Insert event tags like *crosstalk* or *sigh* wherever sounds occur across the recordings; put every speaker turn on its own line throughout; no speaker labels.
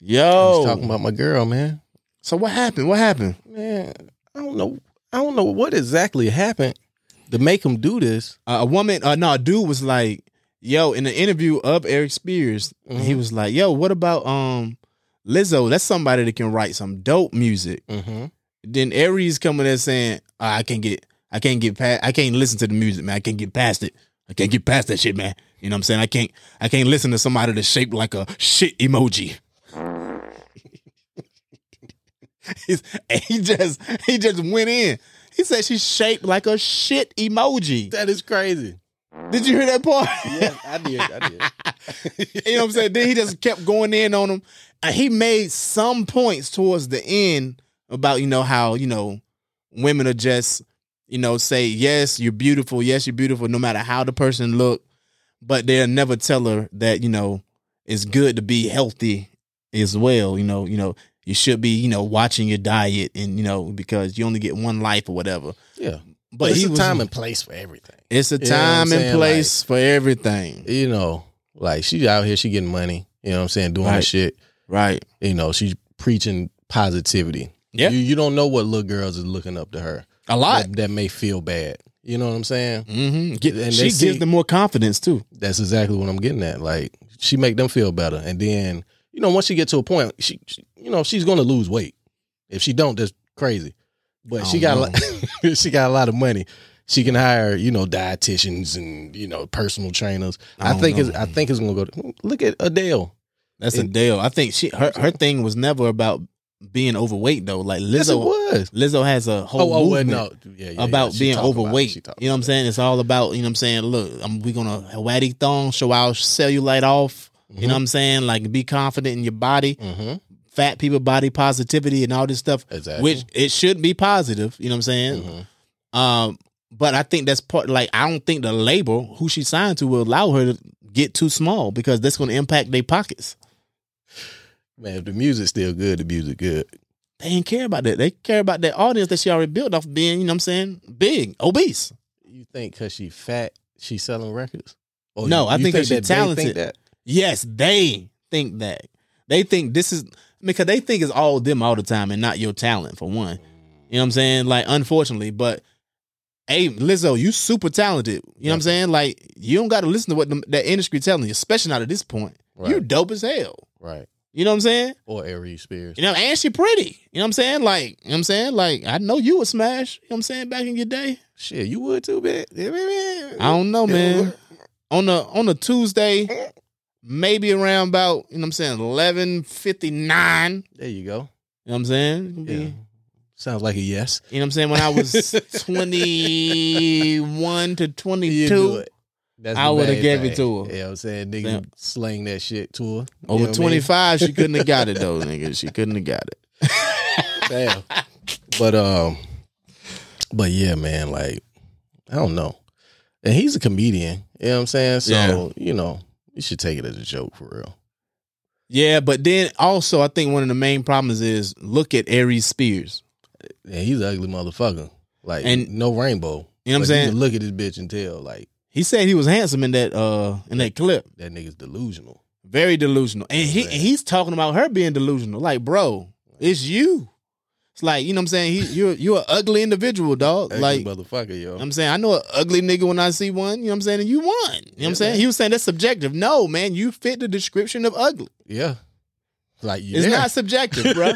I was
Yo.
talking about my girl, man.
So what happened? What happened?
Man, I don't know. I don't know what exactly happened to make him do this.
Uh, a woman, uh, no, a dude was like, yo, in the interview of Eric Spears,
Mm-hmm.
he was like, yo, what about um Lizzo? That's somebody that can write some dope music.
Mm-hmm.
Then Aries coming there saying, "Ah, I can't get, I can't get past, I can't listen to the music, man. I can't get past it. I can't get past that shit, man. You know what I'm saying? I can't, I can't listen to somebody that's shaped like a shit emoji." *laughs* He's- and he just, he just went in. He said she's shaped like a shit emoji.
That is crazy.
Did you hear that part?
Yeah, I did. I *laughs* did.
you know what I'm saying? Then he just kept going in on him. Uh, he made some points towards the end about, you know, how, you know, women are just, you know, say, yes, you're beautiful. Yes, you're beautiful, no matter how the person look. But they'll never tell her that, you know, it's good to be healthy as well. You know, you know, you should be, you know, watching your diet and, you know, because you only get one life or whatever.
Yeah.
But
it's
he
a
was,
time and place for everything.
it's a
You know what I'm
time and
saying?
place for everything.
You know, like she out here, she getting money. You know what I'm saying? Doing her
Right.
shit.
Right.
You know, she's preaching positivity.
Yeah.
You, you don't know what little girls is looking up to her.
A lot.
That, that may feel bad. You know what I'm saying?
Mm-hmm.
And
she
they
gives
see-
them more confidence too.
That's exactly what I'm getting at. Like she make them feel better, and then you know once she get to a point, she, she you know she's gonna lose weight. If she don't, that's crazy. But
I
she got
don't
a lot, *laughs* she got a lot of money. She can hire you know dietitians and you know personal trainers.
I
I,
don't
think
know,
it's I
man.
think it's gonna go. To, look at Adele.
That's
It-
Adele. I think she her her thing was never about being overweight though. Like
Yes, it
Lizzo,
was. Oh,
Lizzo has a whole movement
Yeah, yeah, yeah.
about
She
being
talked about it.
overweight.
She talked
you know what I'm
about
saying? It's all about you know what I'm saying. Look, I'm, we gonna Hawatty thong, show our cellulite off. You know
Mm-hmm.
what I'm saying? Like be confident in your body.
it. Mhm.
Fat people body positivity and all this stuff,
Exactly.
which it should be positive. You know what I'm saying?
Mhm.
Um, but I think that's part. Like, I don't think the label who she signed to will allow her to get too small because that's going to impact their pockets.
man, if the music's still good, the music good.
They ain't care about that. They care about that audience that she already built off being, you know, what I'm saying, big, obese.
You think because she fat, she's selling records? Or
No,
you-
I
you
think 'cause she
that they
talented.
that?
Yes, they think that. They think this is because they think it's all them all the time and not your talent for one. You know what I'm saying? Like, unfortunately, but hey, Lizzo, you super talented. You know what I'm saying? Like, you don't got to listen to what the, that industry telling you, especially not at this point. You
Right.
dope as hell.
Mm, Right.
You know what I'm saying?
Or Aries Spears.
You know, and she pretty. You know what I'm saying? Like, you know what I'm saying? Like, I know you would smash, you know what I'm saying, back in your day.
Shit, you would too, man. Yeah, man, man.
I don't know, man. On the on a Tuesday, maybe around about, you know what I'm saying, eleven fifty nine. You
*laughs* There you go.
know what I'm saying?
Yeah. Sounds like a yes.
You know what I'm saying? When I
*laughs*
was twenty one to twenty
You do
two.
it. That's
I
the
would've
main
gave it
thing.
to her.
You know what I'm saying? Nigga
Yeah.
sling that shit to her. You know
Over
what I mean?
twenty five, she couldn't have got it
*laughs*
though, nigga. She couldn't have got it.
Damn.
*laughs*
But um but yeah, man, like I don't know. And he's a comedian. You know what I'm saying? So,
Yeah.
you know, you should take it as a joke for real.
Yeah, but then also I think one of the main problems is look at Aries Spears.
And he's an ugly motherfucker. Like
And-
and no rainbow.
You know what I'm
But
saying?
You can look at this bitch and tell like
He said he was handsome in that uh in that clip.
that nigga's delusional.
Very delusional. And he
Man.
he's talking about her being delusional. Like, bro, it's you. It's like, you know what I'm saying? He you're you're an ugly individual, dog.
Ugly
like
motherfucker, yo.
I'm saying I know an ugly nigga when I see one, you know what I'm saying? And you won. You know what
Yeah,
I'm saying?
man.
He was saying that's subjective. No, man, you fit the description of ugly.
yeah. Like you
It's
there. *laughs*
not subjective, bro.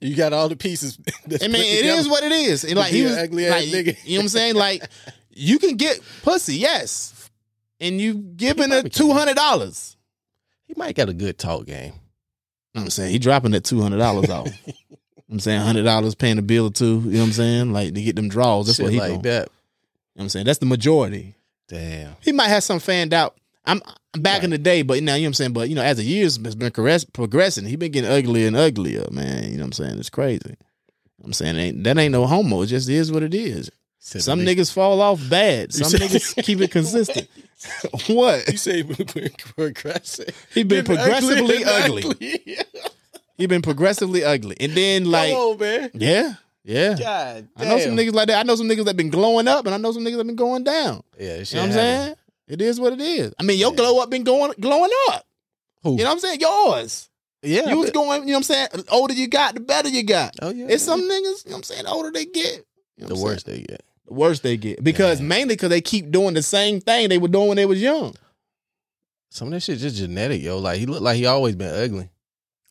you got all the pieces. *laughs* that's
I mean,
put
it
together.
is what it is. And like
be
he
an
was
ugly-ass
like,
nigga.
You know what I'm saying? Like you can get pussy, yes. And you giving her
probably can.
two hundred dollars.
He might got a good talk
You know
game.
what I'm saying he dropping that two hundred dollars off.
*laughs*
You know what I'm saying hundred dollars paying a bill or two. You know what I'm saying like to get them draws. That's
Shit
what he
like
doing. You know
that.
what I'm saying that's the majority.
Damn.
He might have some fanned out. I'm I'm back in
Right.
the day, but now you know what I'm saying. But you know, as the years has been caress, progressing, he been getting uglier and uglier, man. You know what I'm saying? It's crazy. I'm saying ain't, that ain't no homo. It just is what it is.
Said
Some
the
niggas fall off
*laughs*
bad.
You
Some
said-
niggas keep it
*laughs*
consistent. what?
You say *laughs* progressive.
He been progressively ugly.
ugly. *laughs*
He been progressively ugly, and then like,
Come on, man.
yeah, yeah.
God
I know some
damn.
niggas like that. I know some niggas that been glowing up, and I know some niggas that been going down.
Yeah,
You know what I'm saying? It is what it is. I mean, your glow up been going glowing up.
Who?
You know what I'm saying? Yours.
Yeah.
You was going, you know what I'm saying? The older you got, the better you got.
oh yeah.
It's some niggas, you know what I'm saying, the older they get. you know what
the
I'm saying?
worst they get.
The worse they get. Because
Yeah.
mainly because they keep doing the same thing they were doing when they was young.
Some of that shit just genetic, yo. Like he looked like he always been ugly.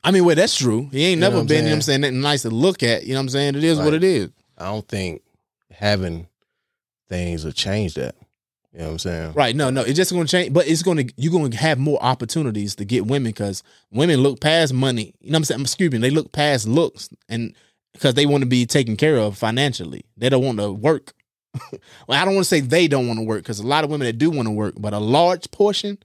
I mean, well, that's true. He ain't
You know
never
what I'm
been, you know what I'm saying, nothing nice to look at. You know what I'm saying? It is what
Right.
it is.
I don't think having things will change that. You know what I'm saying?
Right. No, no. It's just gonna change, but it's gonna you're gonna have more opportunities to get women because women look past money. You know what I'm saying? Excuse me, they look past looks and because they want to be taken care of financially. They don't want to work. *laughs* well, I don't want to say they don't want to work because a lot of women that do want to work, but a large portion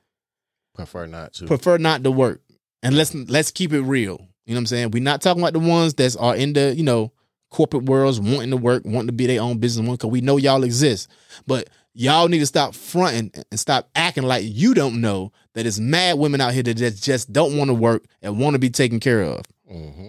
Prefer not to.
prefer not to work. And let's let's keep it real. You know what I'm saying? We're not talking about the ones that's are in the, you know, corporate worlds wanting to work, wanting to be their own business one, because we know y'all exist. But y'all need to stop fronting and stop acting like you don't know that it's mad women out here that just, just don't want to work and want to be taken care of.
hmm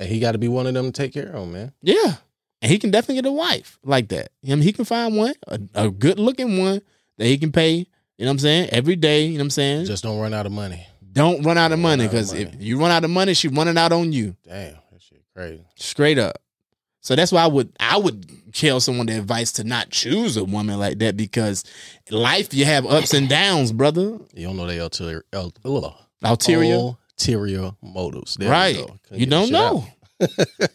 And he got to be one of them to take care of, man.
Yeah. And he can definitely get a wife like that. I mean, he can find one, a, a good looking one that he can pay, you know what I'm saying, every day, you know what I'm saying?
Just don't run out of
don't
money.
run out of
Don't run
money
out of
because if
money.
you run out of money, she running out on you.
Damn, that shit crazy.
straight up. So that's why I would I would tell someone the advice to not choose a woman like that because life you have ups and downs, brother.
You don't know they ulterior, ul- ugh,
Ulterior,
ulterior motives. There
right?
You, go.
You,
Couldn't Oh,
don't
get the shit out.
know.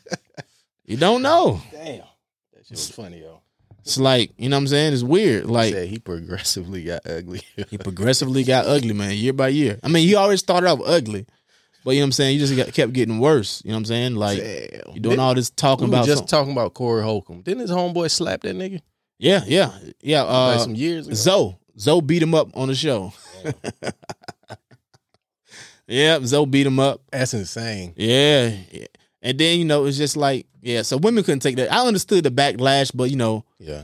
you don't know.
Damn, that shit was funny, yo.
It's like you know what I'm saying. It's weird. Like
Like said, he progressively got ugly.
he progressively got ugly, man, year by year. I mean, he always started off ugly, but you know what I'm saying. You just got, kept getting worse. You know what I'm saying. Like
Damn.
you doing all this
we
talking
were
about.
just
some-
talking about Corey Holcomb. Didn't his homeboy slap that nigga
yeah, yeah, yeah. Uh,
like some years ago?
Zoe. Zoe beat him up on the show. *laughs* yep, Zoe beat him up.
*laughs* That's insane.
Yeah. yeah. And then, you know, it's just like, yeah, so women couldn't take that. I understood the backlash, but, you know,
Yeah,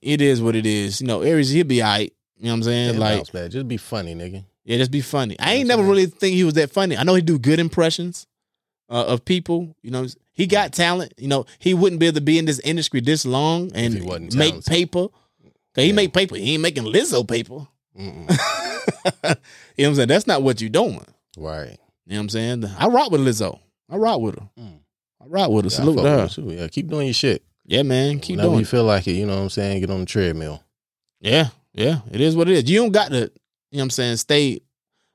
it is what it is. You know, Aries, he'll be all right. You know what I'm saying?
Yeah,
like,
bounce back. just be funny, nigga.
yeah, just be funny. I ain't
That's
never
right.
really think he was that funny. I know he do good impressions uh, of people. You know, he got talent. You know, he wouldn't be able to be in this industry this long and
he wasn't
make
talented.
paper. 'Cause he
Yeah.
make paper. He ain't making Lizzo paper. *laughs*
Mm-mm.
you know what I'm saying? That's not what you doing.
right.
You know what I'm saying? I rock with Lizzo. I rock with her.
Mm.
I rock with her.
Yeah, I
Salute
fuck
to her.
with you, too. Yeah, keep doing your shit.
Yeah, man. Keep
Whenever
doing
you
it.
feel like it, you know what I'm saying? Get on the treadmill.
Yeah, yeah. It is what it is. You don't got to, you know what I'm saying, stay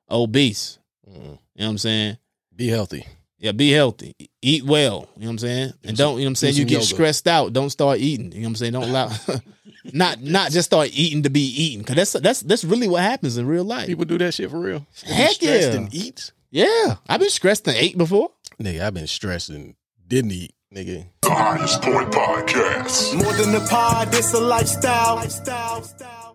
obese.
Mm-mm.
You know what I'm saying?
Be healthy.
Yeah, be healthy. E-, Eat well. You know what I'm saying? And
some-
don't, you know what I'm saying?
some
You get
yoga.
stressed out. Don't start eating. You know what I'm saying? Don't allow *laughs* not not just start eating to be eating. Cause that's that's that's really what happens in real life.
People do that shit for real.
Heck
stressed
yeah.
and eat.
Yeah. I've been stressed and ate before.
Nigga, I've been stressed and didn't eat, nigga.
The Highest Point Podcast.
More than a pod, it's a lifestyle. lifestyle.